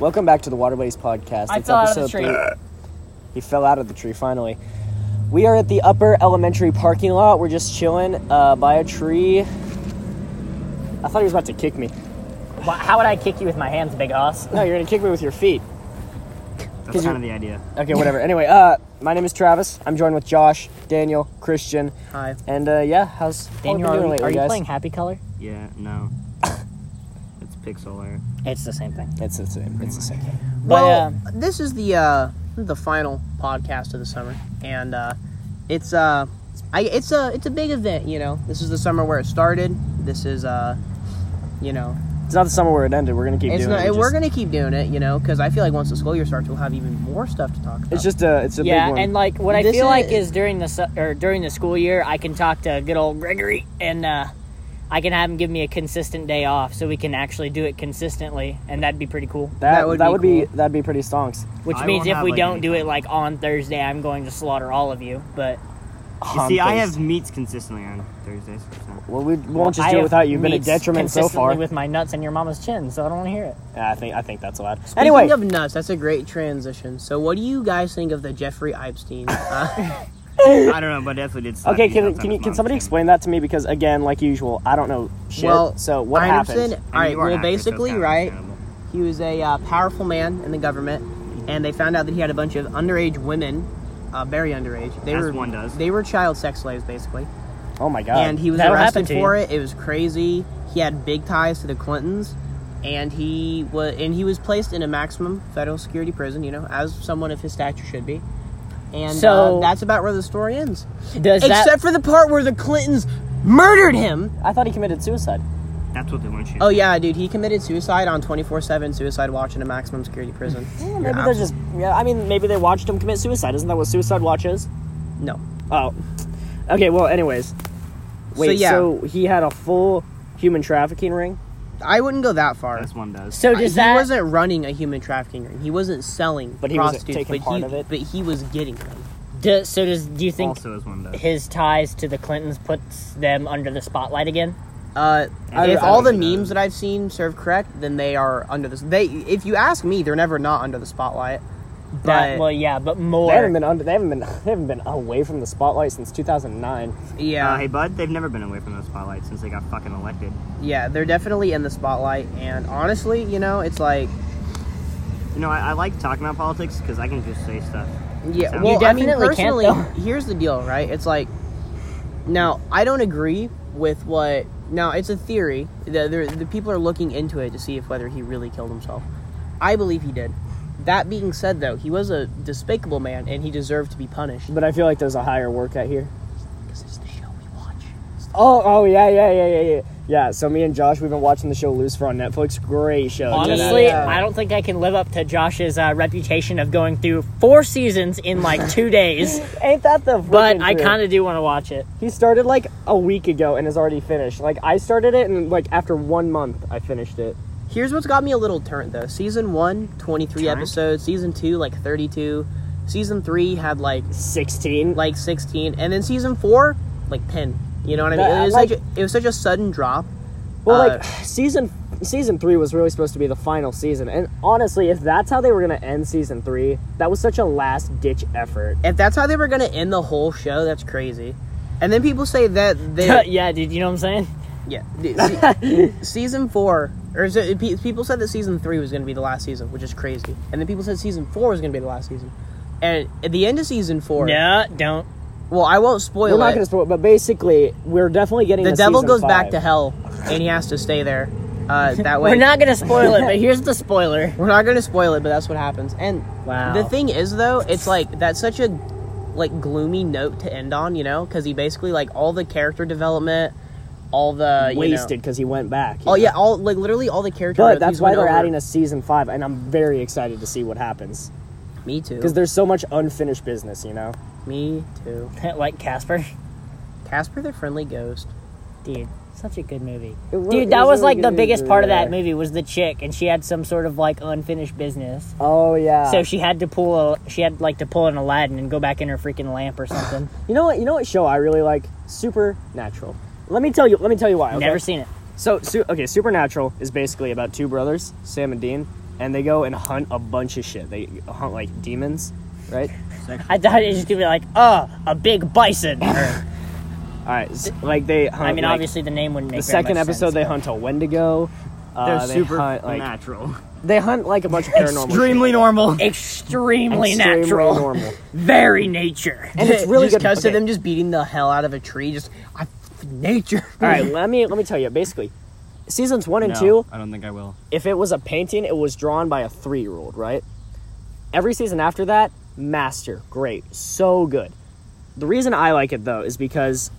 Welcome back to the Waterways Podcast. I fell out of the tree. He fell out of the tree finally. We are at the upper elementary parking lot. We're just chilling uh, by a tree. I thought he was about to kick me. Why- How would I kick you with my hands, big ass? No, you're gonna kick me with your feet. That's kind of the idea. Okay, whatever. anyway, uh, my name is Travis. I'm joined with Josh, Daniel, Christian, Hi. and uh, yeah, how's how we Daniel, been are, doing we- lately, are you guys? playing Happy Color? Yeah, no. it's Pixelar. It's the same thing. It's the same. It's the same thing. But, well, um, this is the uh, the final podcast of the summer, and uh, it's uh, I, it's a it's a big event. You know, this is the summer where it started. This is uh, you know, It's not the summer where it ended. We're gonna keep it's doing not, it. we're just- gonna keep doing it. You know, because I feel like once the school year starts, we'll have even more stuff to talk about. It's just a. It's a yeah, big one. and like what I This feel like is- is during the su- or during the school year, I can talk to good old Gregory, and uh, I can have him give me a consistent day off, so we can actually do it consistently, and that'd be pretty cool. that, that would that be would be that'd be pretty stonks. Which I means won't if have, we like, don't any do it time. like on Thursday, I'm going to slaughter all of you. But You see, I Honkas. have meets consistently on Thursdays. So. Well, we won't just I do it have without you. You've been a meats detriment so consistently far. with my nuts and your mama's chin, so I don't want to hear it. Yeah, I think I think that's allowed. Speaking anyway, of nuts, that's a great transition. So, what do you guys think of the Jeffrey Epstein? Uh, I don't know, but I definitely did. slap okay, these can outside can, you, his can mom's somebody thing. explain that to me? Because again, like usual, I don't know shit. Well, so what I happened? understand- I All mean, right, you are an well, actor, so it's basically, kinda right. understandable. He was a uh, powerful man in the government, and they found out that he had a bunch of underage women, uh, very underage. They As were one does. They were child sex slaves, basically, Oh my god! and he was that'll happen arrested to for you. it. It was crazy. He had big ties to the Clintons, and he was and he was placed in a maximum federal security prison. You know, as someone of his stature should be. And So- uh, that's about where the story ends, Does that- except for the part where the Clintons murdered him. I thought he committed suicide. That's what they want you. to Oh do. yeah, dude, he committed suicide on twenty four seven suicide watch in a maximum security prison. Maybe they're just. Yeah, I mean, maybe they watched him commit suicide. Isn't that what suicide watch is? no. Oh, okay. Well, anyways, wait. So, yeah. he had a full human trafficking ring. I wouldn't go that far. As one does. So does he that? wasn't running a human trafficking ring. He wasn't selling But he wasn't prostitutes, taking but part he, of it? But he was getting them. do- so does? Do you think also as one does. his ties to the Clintons puts them under the spotlight again? Uh, I- if I all the don't know. memes that I've seen serve correct, then they are under this. They, if you ask me, they're never not under the spotlight. But That, well, yeah, but more. They haven't been under. They haven't been. They haven't been away from the spotlight since 2009. yeah, Uh, hey, bud, they've never been away from the spotlight since they got fucking elected. yeah, they're definitely in the spotlight. And honestly, you know, it's like, You know, I, I like talking about politics because I can just say stuff. yeah. You Well, I mean, definitely can't, personally, though. here's the deal, right? It's like, now I don't agree with what. Now it's a theory. The, the, the people are looking into it to see if whether he really killed himself. I believe he did. That being said, though, he was a despicable man and he deserved to be punished. But I feel like there's a higher work out here. Because it's the show we watch. Oh, oh yeah, yeah, yeah, yeah, yeah. Yeah. So me and Josh, we've been watching the show Lucifer on Netflix. Great show. Check it out. Honestly, Yeah. I don't think I can live up to Josh's uh, reputation of going through four seasons in like two days, ain't that the? but I kind of do want to watch it. He started like a week ago and is already finished. Like I started it and like after one month I finished it. Here's what's got me a little turnt though. Season 1, 23 Turnt? episodes. Season 2, like 32. Season 3 had like Sixteen. Like like 16. And then season 4, like 10. You know what I mean? That- it, was like- such a, it was such a sudden drop. well, uh, like season season three was really supposed to be the final season. And honestly, if that's how they were gonna end season three, that was such a last ditch effort. If that's how they were going to end the whole show, that's crazy. And then people say that they yeah, dude, you know what I'm saying? Yeah. The- se- season four, or is it, pe- people said that season three was going to be the last season, which is crazy. And then people said season four was going to be the last season. And at the end of season four, No, don't. well, I won't spoil We're not it. gonna spoil, but basically we're definitely getting the to devil season goes five. back to hell, and he has to stay there. Uh, that way, We're not gonna spoil it, but here's the spoiler. We're not going to spoil it, but that's what happens. And Wow. the thing is, though, it's like that's such a like gloomy note to end on, you know, because he basically like all the character development, all the you know- wasted because he went back. Oh yeah, all like literally all the character. But growth that's he's why went they're over. adding a season five, and I'm very excited to see what happens Me too. because there's so much unfinished business, you know. Me too. like Casper, Casper the Friendly Ghost. dude. Such a good movie, It wa- it dude. That was was really like the good biggest movie, part of yeah. that movie was the chick, and she had some sort of like unfinished business. Oh yeah. So she had to pull a, she had like to pull an Aladdin and go back in her freaking lamp or something. You know what? You know what show I really like? Supernatural. Let me tell you. Let me tell you why. okay? Never seen it. So, su- okay, Supernatural is basically about two brothers, Sam and Dean, and they go and hunt a bunch of shit. They hunt like demons, right? Sexual- I thought it was just gonna be like, oh, a big bison. Or, All right, s- like they hunt. I mean, like, obviously the name wouldn't make the very second much episode sense, they but- hunt a wendigo. They're Uh, they super hunt like natural. they hunt like a bunch of paranormal. shit. Extremely normal. Extremely, Extremely natural, normal. very nature. And it's really just good. because okay. of them just beating the hell out of a tree. Just I, nature. All right, let me let me tell you. Basically, seasons one and No, two, I don't think I will. if it was a painting, it was drawn by a three year old, right? Every season after that, master, great, so good. The reason I like it though is because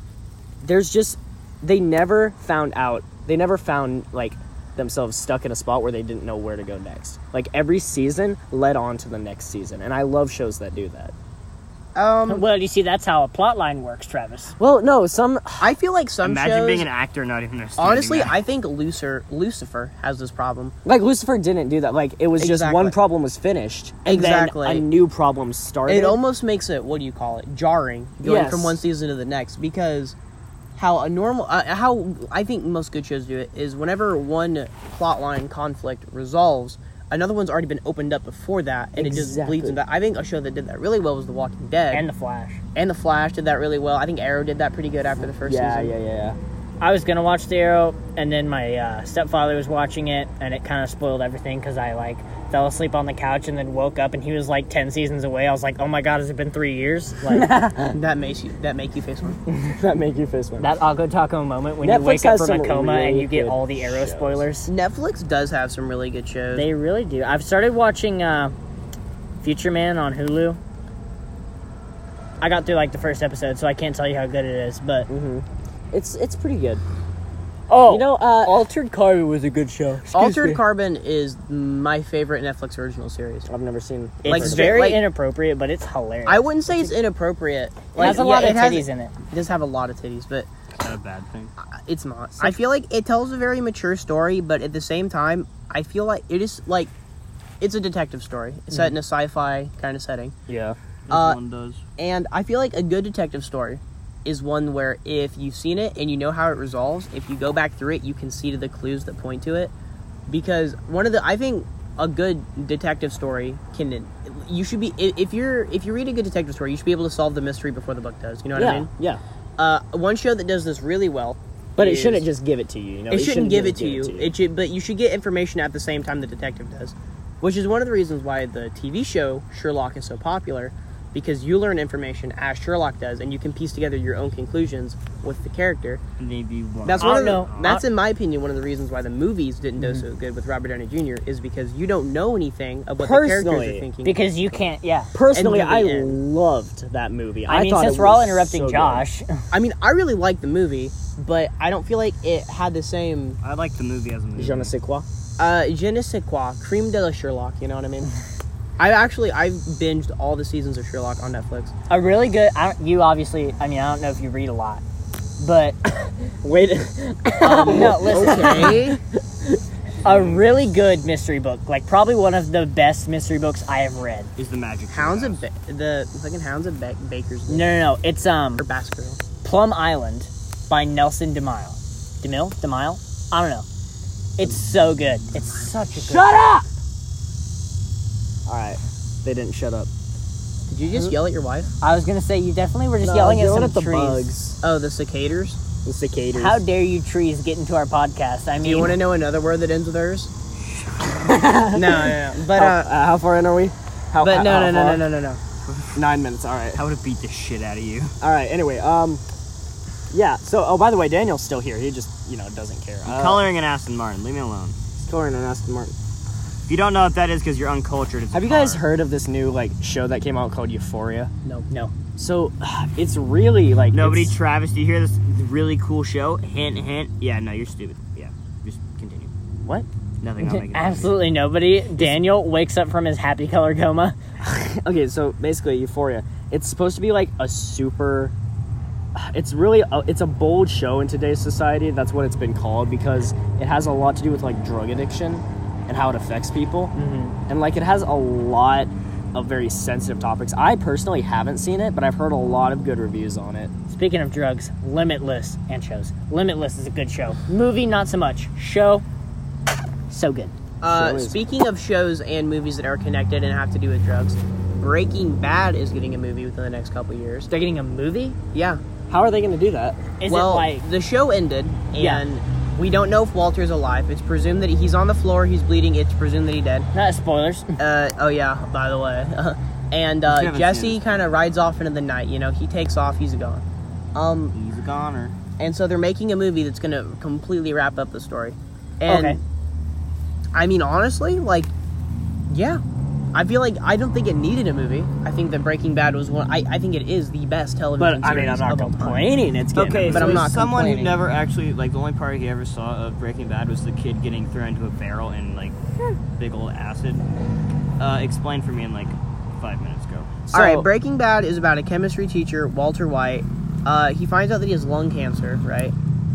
there's just they never found out. They never found like themselves stuck in a spot where they didn't know where to go next. Like every season led on to the next season, and I love shows that do that. Um, Well, you see, that's how a plot line works, Travis. Well, no, some I feel like some Imagine shows. being an actor, not even understanding. honestly, that. I think Lucifer Lucifer has this problem. like Lucifer didn't do that. Like it was just one Exactly. problem was finished, and Exactly. then a new problem started. It almost makes it what do you call it jarring going Yes. from one season to the next because how a normal uh, how I think most good shows do it is whenever one plot line conflict resolves. Another one's already been opened up before that, and it just Exactly. bleeds into. I think a show that did that really well was The Walking Dead, And the Flash. and The Flash did that really well. I think Arrow did that pretty good after the first yeah, season. yeah, yeah, yeah. I was gonna watch The Arrow, and then my uh, stepfather was watching it, and it kind of spoiled everything because I like fell asleep on the couch and then woke up, and he was like ten seasons away. I was like, oh my god, has it been three years? Like that That makes you that make you face one. that make you fist one. Ako Taco moment when Netflix you wake up has from a some coma and really you get good all the Arrow shows. spoilers. Netflix does have some really good shows. They really do. I've started watching uh, Future Man on Hulu. I got through like the first episode, so I can't tell you how good it is. But It's it's pretty good. oh, You know, uh, Altered Carbon was a good show. Altered Carbon is my favorite Netflix original series. I've never seen. It's Like, straight- very like- inappropriate, but it's hilarious. I wouldn't say it's inappropriate. it has a lot of titties in it. It does have a lot of titties, but Is that a bad thing. it's not. I feel like it tells a very mature story, but at the same time, I feel like it is like it's a detective story It's set in a sci-fi kind of setting. Mm-hmm. Yeah. Uh, Everyone does. And I feel like a good detective story is one where if you've seen it and you know how it resolves, if you go back through it, you can see to the clues that point to it. Because one of the, I think a good detective story can, you should be i- if you're if you read a good detective story, you should be able to solve the mystery before the book does. You know what yeah. I mean? Yeah. Uh, one show that does this really well, But it is- shouldn't just give it to you. You know, it shouldn't give it to you. It should, but you should get information at the same time the detective does, which is one of the reasons why the TV show Sherlock is so popular, because you learn information as Sherlock does, and you can piece together your own conclusions with the character. Maybe one. That's I Mm-hmm. one. Of the, don't know. That's in my opinion one of the reasons why the movies didn't do so good with Robert Downey Jr. is because you don't know anything of what the characters Personally, are thinking. because you can't. Yeah. Personally, And the I end. loved that movie. I, I, mean, thought since it we're all was interrupting so good. Josh, I mean, I really like the movie, but I don't feel like it had the same I like the movie as a movie. Je ne sais quoi. uh, je ne sais quoi, creme de la Sherlock. You know what I mean? I actually I've binged all the seasons of Sherlock on Netflix. a really good. I don't, you obviously. I mean, I don't know if you read a lot, but Um, Wait. no, listen. Okay, A really good mystery book, like probably one of the best mystery books I have read. Is the magic. Hounds Show. of ba- the fucking Hounds of ba- Bakersville No, no, no. It's um or Baskerville. Plum Island by Nelson DeMille. DeMille? DeMille? I don't know. It's so good. It's such a good Shut up! all right. They didn't shut up. Did you just yell at your wife? I was gonna say Uh, you definitely were just yelling at some the trees. bugs, Oh, the cicadas. the cicadas. How dare you trees get into our podcast? I mean, Do you want to know another word that ends with ers? no, no, no. But How, uh, uh, how far in are we? How, but how- no, how no, no, far? no, no, no, no. Nine minutes. All right. I would have beat the shit out of you. All right. Anyway. Um. Yeah. So. Oh, by the way, Daniel's still here. He just, you know, doesn't care. Uh, Coloring an Aston Martin. Leave me alone. Coloring an Aston Martin. If you don't know what that is, because you're uncultured. It's a Have you guys car. heard of this new like show that came out called Euphoria? No. No. So it's really like Nobody, it's- Travis, do you hear this really cool show? Hint, hint. Yeah, no, you're stupid. Yeah, just continue. What? Nothing. I'll make it Absolutely nobody. Daniel wakes up from his happy color coma. okay, so basically Euphoria. It's supposed to be like a super. It's really a, it's a bold show in today's society. That's what it's been called because it has a lot to do with like drug addiction and how it affects people, mm-hmm. and like it has a lot of very sensitive topics. I personally haven't seen it, but I've heard a lot of good reviews on it. Speaking of drugs, Limitless and shows. Limitless is a good show. Movie, not so much. Show, so good. Uh, Sure is. speaking of shows and movies that are connected and have to do with drugs, Breaking Bad is getting a movie within the next couple years. They're getting a movie? Yeah. How are they going to do that? Is well, it like the show ended, and Yeah. we don't know if Walter's alive. It's presumed that he's on the floor. He's bleeding. It's presumed that he dead. not spoilers? Uh, oh yeah, by the way. and You uh, haven't seen Jesse it. kind of rides off into the night. You know, he takes off. He's gone. Um, He's a goner. and so they're making a movie that's going to completely wrap up the story. And Okay. I mean, honestly, like, yeah, I feel like I don't think it needed a movie. I think that Breaking Bad was one. I, I think it is the best television. But I mean, series I'm not of all time. complaining. It's getting Okay, but so I'm not someone who complaining. never actually like the only part he ever saw of Breaking Bad was the kid getting thrown into a barrel and like big old acid. Uh, explain for me in like five minutes. Go. All right, So- Breaking Bad is about a chemistry teacher, Walter White. Uh, he finds out that he has lung cancer, right?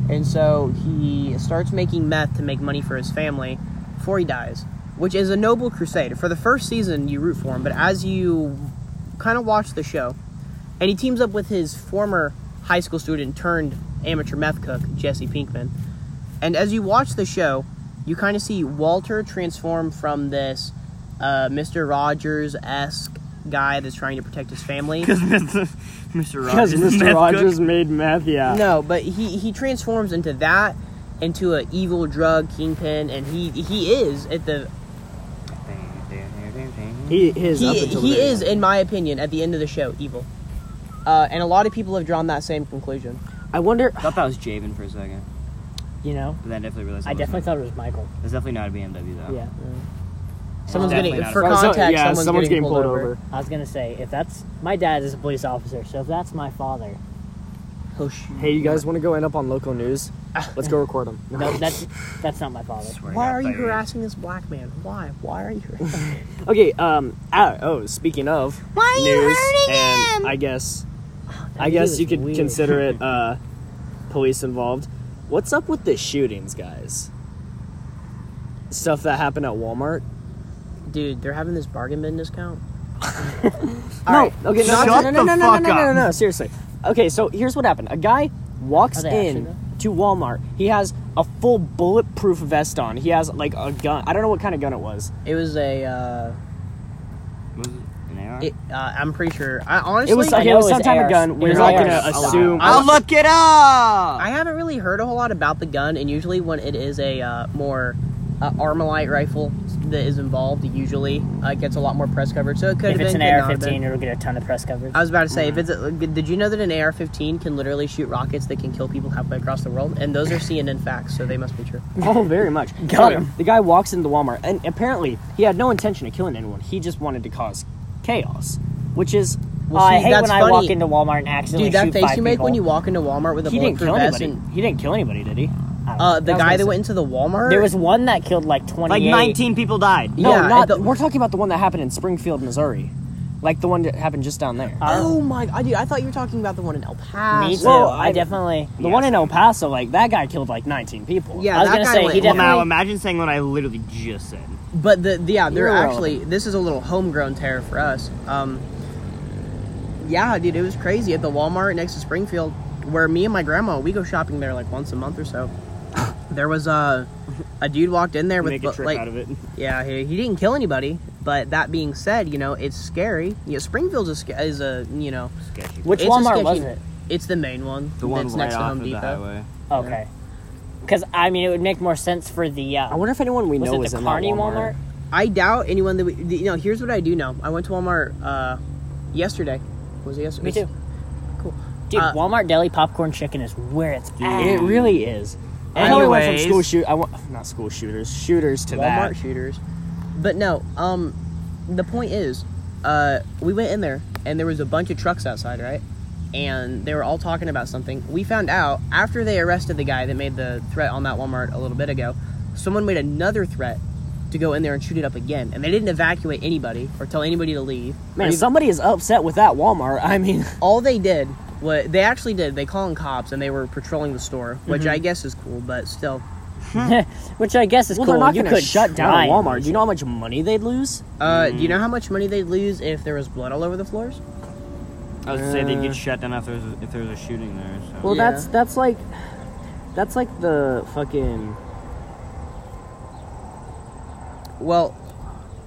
And so he starts making meth to make money for his family before he dies, which is a noble crusade. For the first season, you root for him, but as you kind of watch the show, and he teams up with his former high school student turned amateur meth cook, Jesse Pinkman. And as you watch the show, you kind of see Walter transform from this uh, Mr. Rogers esque guy that's trying to protect his family. Because Mr. Because Rogers. is a Mr. meth Rogers cook. made meth, yeah. No, but he he transforms into that, into an evil drug kingpin, and he he is at the He is up he, until he the very is end. in my opinion at the end of the show evil, uh, and a lot of people have drawn that same conclusion. I wonder. I thought that was Javen for a second, you know, but then I definitely realized. I it definitely wasn't. thought it was Michael. It's definitely not a BMW Oh. though. Yeah, Someone's Definitely getting not. for Oh, so- context. yeah, someone's, getting, pulled, over. I was gonna say if that's my dad is a police officer, so if that's my father, Oh, shoot. Hey, you guys want to go end up on local news? Let's go record them. no, that's that's not my father. Swear to Why God, are I you thought were- harassing this black man? Why? Why are you harassing him? Okay, um, ah, oh, speaking of Why are you news, hurting and him? I guess, I Oh, dude guess is you could weird. consider it uh, police involved. What's up with the shootings, guys? Stuff that happened at Walmart. Dude, they're having this bargain bin discount. no, okay, no, Shut no, no, no, no, the no, fuck no, no, no, up. no, seriously. Okay, so here's what happened. A guy walks Are they in actually, to Walmart. He has a full bulletproof vest on. He has like a gun. I don't know what kind of gun it was. It was a. Uh, Was it an AR? it, uh, I'm pretty sure. I honestly. It was I okay, it know was it some was type of ARs. gun. It We're was not ARs. gonna I'll allow it. assume. I'll look it up. I haven't really heard a whole lot about the gun, and usually when it is a uh, more uh, Armalite rifle that is involved, it usually uh, gets a lot more press coverage. So it could If have it's been. an could not have AR-15, been. it'll get a ton of press coverage. I was about to say, if it's a, did you know that an AR-15 can literally shoot rockets that can kill people halfway across the world? And those are CNN facts, so they must be true. Oh, very much. Got him. The guy walks into Walmart, and apparently he had no intention of killing anyone. He just wanted to cause chaos, which is Well, Oh, I see, hate that's when I funny. walk into Walmart and accidentally Dude, that shoot face five you make people. when you walk into Walmart with a he didn't bulletproof kill vest anybody. and He didn't kill anybody, did he? I don't know. uh, the was guy gonna that say- went into the Walmart. There was one that killed like 28. like 19 people died. No, Yeah, not. the- we're talking about the one that happened in Springfield, Missouri, like the one that happened just down there. Uh, Oh my god, dude! I thought you were talking about the one in El Paso. Me too. Well, I, I- definitely. the one in El Paso, like that guy killed like 19 people. Yeah, I was that gonna guy say went he all Well, definitely. now imagine saying what I literally just said. But the, the yeah, they're You're actually this is a little homegrown terror for us. Um, yeah, dude, it was crazy at the Walmart next to Springfield, where me and my grandma we go shopping there like once a month or so. there was a a dude walked in there with Make a bu- trip like out of it. yeah he, he didn't kill anybody. But that being said, you know it's scary. Yeah, Springfield's a, sca- is a you know Sketchy. Which it's a Walmart sketchy- was it? It's the main one. The one that's right next to off Home of Depot. the highway. Okay. Because I mean, it would make more sense for the. Uh, I wonder if anyone we was know it is the in Carney that Walmart. Walmart? I doubt anyone that we, you know. Here's what I do know. I went to Walmart uh, yesterday. Was it yesterday? Me too. Cool. Dude, Uh, Walmart deli popcorn chicken is where it's at. It really is. I know we went from Anyways. school shoot. I went, not school shooters, shooters to Walmart that. shooters. But no, um, the point is, uh, we went in there and there was a bunch of trucks outside, right? And they were all talking about something. We found out after they arrested the guy that made the threat on that Walmart a little bit ago, someone made another threat to go in there and shoot it up again. And they didn't evacuate anybody or tell anybody to leave. Man, somebody is upset with that Walmart. I mean, all they did was they actually did they call in cops and they were patrolling the store which Mm-hmm. i guess is cool but still Which I guess is well, cool. they're not you going to could shut down try. a Walmart. Do you know how much money they'd lose? uh, Mm. do you know how much money they'd lose if there was blood all over the floors I was gonna say they'd get shut down if there was a, if there was a shooting there. So. Well, Yeah. that's that's like that's like the fucking Well,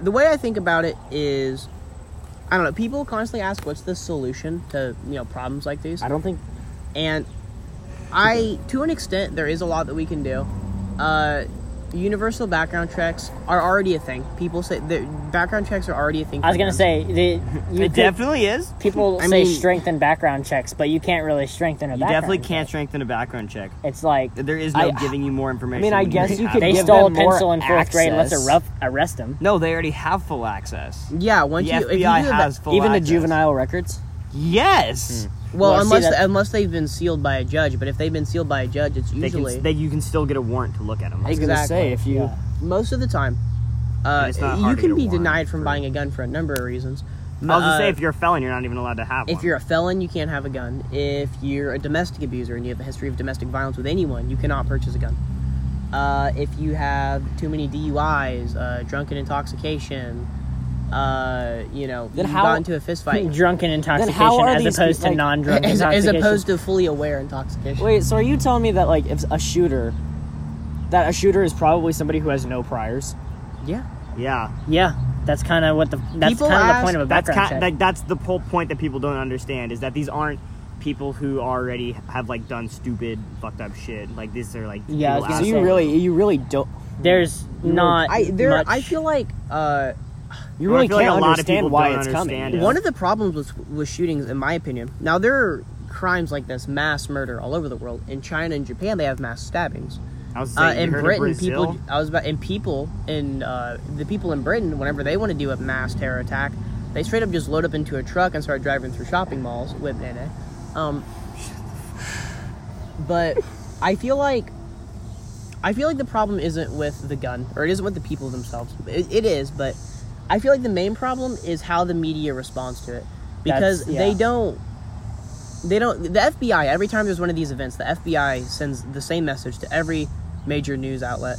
the way I think about it is, I don't know. People constantly ask, "What's the solution to you know problems like these?" I don't think and I, to an extent, there is a lot that we can do. Uh, universal background checks are already a thing. People say the background checks are already a thing. I was for gonna them. say the you it could- definitely is. people I say mean- strengthen background checks, but you can't really strengthen a You background. definitely check. can't strengthen a background check. It's like There is no I- giving you more information. I mean, I when guess already you have could it. they give stole a them more pencil in fourth grade. Let's access. arrest arrest them. No, they already have full access. yeah. Once The you, if you do FBI the ba- has full even the access. juvenile records. Yes. well, Well, see, unless that- unless they've been sealed by a judge. But if they've been sealed by a judge, it's They can, usually they, you can still get a warrant to look at them. I was gonna say Exactly, if you yeah. most of the time. Uh, And it's not you hard to can get a be warrant denied from for- buying a gun for a number of reasons. I was gonna Uh, say if you're a felon, you're not even allowed to have one. If you're a felon, you can't have a gun. If you're a domestic abuser and you have a history of domestic violence with anyone, you cannot purchase a gun. Uh, if you have too many DUIs, uh, drunken intoxication, uh, you know, Then you how- got into a fist fight, Drunken how intoxication, are as these opposed peop- to like- non-drunk as, as intoxication. opposed to fully aware intoxication. wait. So are you telling me that like if a shooter, that a shooter is probably somebody who has no priors? Yeah. yeah, yeah, that's kind of what the that's People kind of the ask- point of a that's background kind, check. that, that's the whole point that people don't understand is that these aren't people who already have like done stupid, fucked up shit. Like these are like Yeah, I was people gonna So out- you say- really, you really don't, There's not I there much- I feel like uh, you Well, I really feel like can't a lot of people understand why don't it's understand coming. it. one of the problems with with shootings, in my opinion. Now there are crimes like this, mass murder all over the world. In China and Japan, they have mass stabbings. I was uh, saying, in you heard of Britain, Brazil? people I was about and people in uh, the people in Britain, whenever they want to do a mass terror attack, they straight up just load up into a truck and start driving through shopping malls with Nene. Um, but I feel like I feel like the problem isn't with the gun or it isn't with the people themselves. It, it is, but I feel like the main problem is how the media responds to it because That's- yeah. they don't. They don't. The FBI. Every time there's one of these events, the FBI sends the same message to every major news outlet.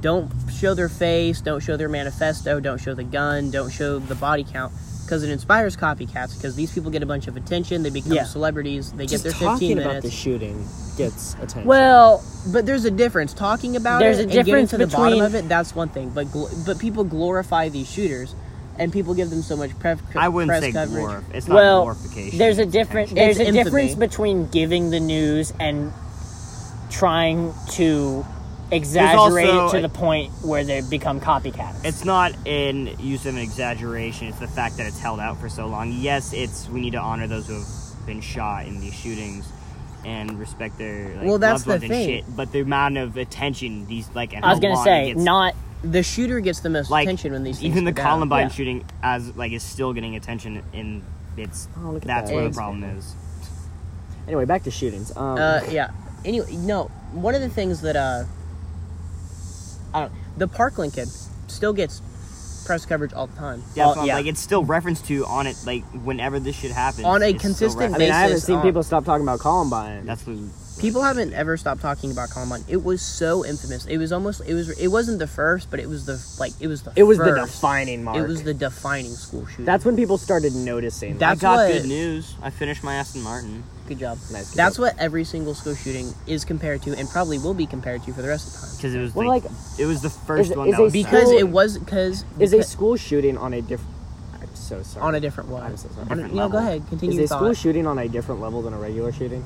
Don't show their face. Don't show their manifesto. Don't show the gun. Don't show the body count because it inspires copycats. Because these people get a bunch of attention. They become Yeah. celebrities. They Just get their talking 15 about minutes. the shooting gets attention. Well, but there's a difference. Talking about There's a it and getting difference to the bottom between- of it. That's one thing. But gl- but people glorify these shooters, and people give them so much pref- I wouldn't press say coverage. glorif. It's not well, glorification. there's a difference. There's a It's infamy. difference between giving the news and trying to exaggerate also- it to the point where they become copycats. It's not an use of an exaggeration. It's the fact that it's held out for so long. Yes, it's we need to honor those who have been shot in these shootings and respect their like, Well, that's loved the ones and thing. shit. But the amount of attention these like and I was how gonna long say it gets, not The shooter gets the most like attention when these things even the go down. Columbine Yeah. shooting as like is still getting attention and it's Oh, look at that's that. where the Eggs. problem is. Oh, anyway, back to shootings. Um, Uh, yeah. Anyway, no. One of the things that uh, I don't, the Parkland kid still gets press coverage all the time Yeah, Oh, it's not- yeah. like it's still referenced to on it like whenever this shit happens On a it's still consistent I referenced. mean, I haven't basis seen on- people stop talking about Columbine. That's what People haven't ever stopped talking about Columbine. It was so infamous. It was almost it was it wasn't the first, but it was the like it was the it was the first. defining mark. It was the defining school shooting. That's when people started noticing. That- I That's got what- good news. I finished my Aston Martin. good job. Nice, good That's job. what every single school shooting is compared to, and probably will be compared to for the rest of the time. because it was Well, like, like, it was the first is- one is that a was school- Because Well, it was because is a school shooting on a different. I'm so sorry. on a different one. I'm so sorry. On a- Different no, go level. ahead. Continue. Is your a school thought. shooting on a different level than a regular shooting?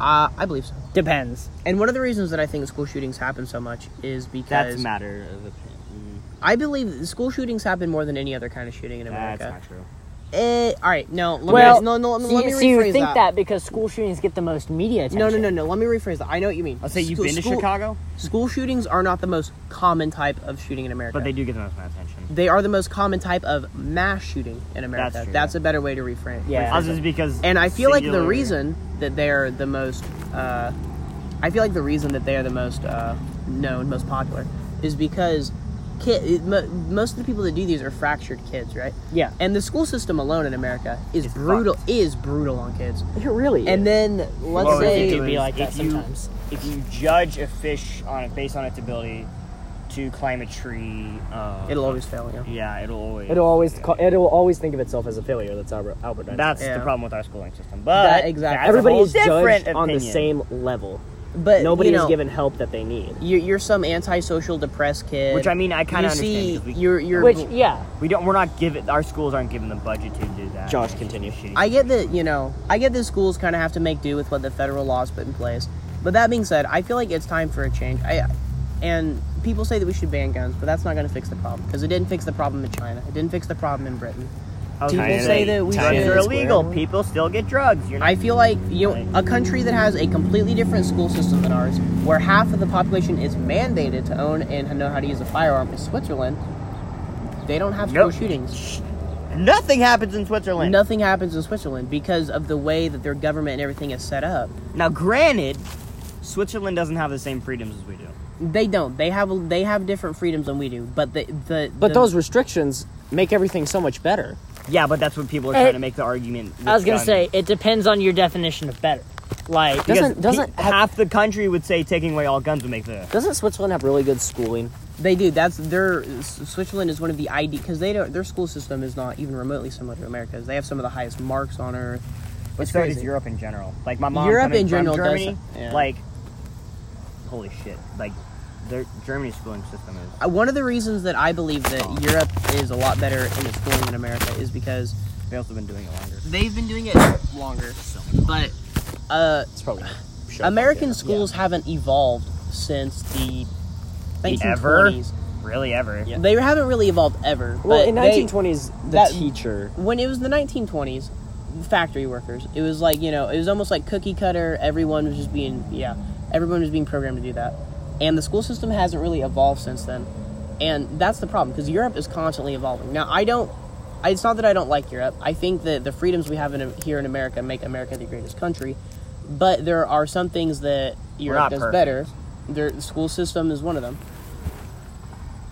uh, I believe so. depends. And one of the reasons that I think school shootings happen so much is that's because a matter of opinion. I believe that school shootings happen more than any other kind of shooting in That's America. not true. Eh, all right, no, let Well, me, no, no, let me, so let you, me so rephrase you think that. that. because school shootings get the most media attention? No, no, no, no. Let me rephrase that. I know what you mean. I'll say you've School- been to school- Chicago, School shootings are not the most common type of shooting in America. but they do get the most attention. they are the most common type of mass shooting in America. That's That's, true. a better way to reframe. Yeah. Also, it's because And I feel like the singular- reason that they are the most, uh, I feel like the reason that they are the most uh, known, most popular, is because kid, mo- most of the people that do these are fractured kids, right? Yeah. And the school system alone in America is It's brutal. Is brutal on kids. It really. And is. then let's Well, they say do be like that if you- sometimes. if you judge a fish on it based on its ability to climb a tree, uh, it'll always fail. Yeah. yeah, it'll always it'll always yeah. ca- it'll always think of itself as a failure. That's Albert, Albert Einstein. That's Yeah. the problem with our schooling system. But exactly. that's a everybody whole is judged different on the opinion. same level. But Nobody you is know, given help that they need. You're, you're some antisocial, depressed kid. Which I mean, I kind you of see, understand. 'cause we, you're you're. Which, yeah, we don't. We're not given. Our schools aren't given the budget to do that. Josh, continue. I get that you know. I get that schools kind of have to make do with what the federal laws put in place. But that being said, I feel like it's time for a change. I, and people say that we should ban guns, but that's not going to fix the problem because it didn't fix the problem in China. It didn't fix the problem in Britain. People China- say that we China drugs should. is are illegal. square. People still get drugs. You're not, I feel like you know, a country that has a completely different school system than ours, where half of the population is mandated to own and know how to use a firearm, is Switzerland. They don't have school Nope. shootings. nothing happens in Switzerland. Nothing happens in Switzerland because of the way that their government and everything is set up. Now, granted, Switzerland doesn't have the same freedoms as we do. They don't. They have they have different freedoms than we do. But the the But the- those restrictions make everything so much better. Yeah, but that's what people are Eh, trying to make the argument. with I was gonna guns. say it depends on your definition of better. Like, Does- Because Doesn't- doesn't pe- have- half the country would say taking away all guns would make the Doesn't Switzerland have really good schooling? they do. That's their Switzerland is one of the ID because they don't their school system is not even remotely similar to America's. They have some of the highest marks on earth. But It's so crazy. does Europe in general. Like my mom, Europe coming in from general does- Germany, yeah. like holy shit, like their Germany's schooling system is. Uh, One of the reasons that I believe that Europe is a lot better in its schooling than America is because They also been doing it longer. they've been doing it longer. But uh, It's probably shut down American there. schools haven't evolved since the 1920s. Ever? Really, ever? Yeah. They haven't really evolved ever. Yeah. Well, but in they- 1920s, the that- teacher. when it was the 1920s, factory workers, it was like, you know, it was almost like cookie cutter. Everyone was just being, yeah, everyone was being programmed to do that. And the school system hasn't really evolved since then. And that's the problem because Europe is constantly evolving. Now, I don't, I- it's not that I don't like Europe. I think that the freedoms we have in, here in America make America the greatest country. But there are some things that Europe not does perfect. better. Their the school system is one of them.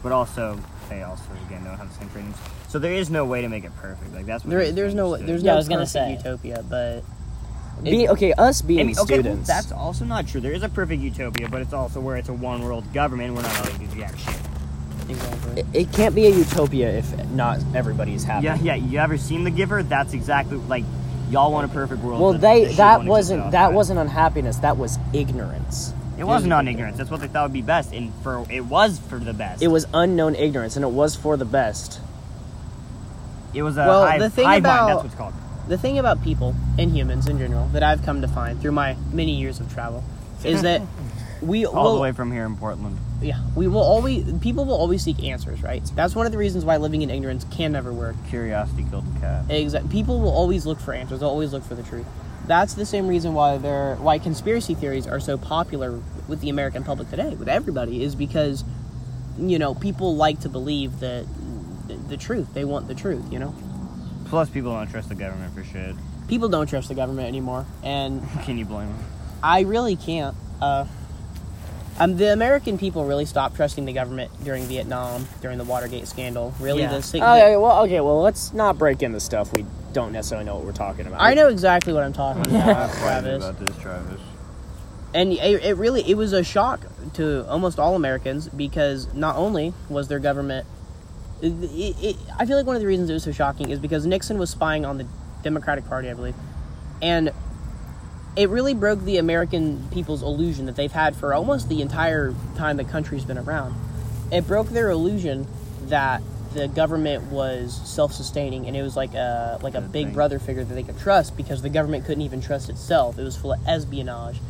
But also, they also again don't have the same freedoms. So there is no way to make it perfect. Like that's what There, needs to be there's no, understood. there's Yeah, no I was gonna perfect say. utopia, but Be, okay, us being I mean, okay, well, students. that's also not true. There is a perfect utopia, but it's also where it's a one world government. We're not allowed to do jack shit. exactly. it, it can't be a utopia if not everybody's happy. Yeah, yeah. You ever seen The Giver? That's exactly like y'all want a perfect world. Well, but they this shit won't that exist wasn't without that wasn't unhappiness. That was ignorance. It wasn't on ignorance. That's what they thought would be best, and for it was for the best. It was unknown ignorance, and it was for the best. It was a Well, hive, the thing hive about- mind. That's what's called. the thing about people and humans in general that I've come to find through my many years of travel is that we All will, the way from here in Portland. yeah, we will always people will always seek answers, right? That's one of the reasons why living in ignorance can never work. Curiosity killed the cat. Exact people will always look for answers, they'll always look for the truth. That's the same reason why they're why conspiracy theories are so popular with the American public today, with everybody, is because you know people like to believe that the, the truth. They want the truth, you know. Plus, people don't trust the government for shit. People don't trust the government anymore, and Can you blame them? I really can't. Uh, um, the American people really stopped trusting the government during Vietnam, during the Watergate scandal. Really, Yeah. the sig- Okay, Oh, well, okay, well, let's not break into stuff we don't necessarily know what we're talking about. I know exactly what I'm talking about, Travis. this, Travis. And it, it really it was a shock to almost all Americans because not only was their government, it, it, it, I feel like one of the reasons it was so shocking is because Nixon was spying on the Democratic Party, I believe, and it really broke the American people's illusion that they've had for almost the entire time the country's been around. It broke their illusion that the government was self-sustaining and it was like a like a Good big thing. brother figure that they could trust because the government couldn't even trust itself. It was full of espionage,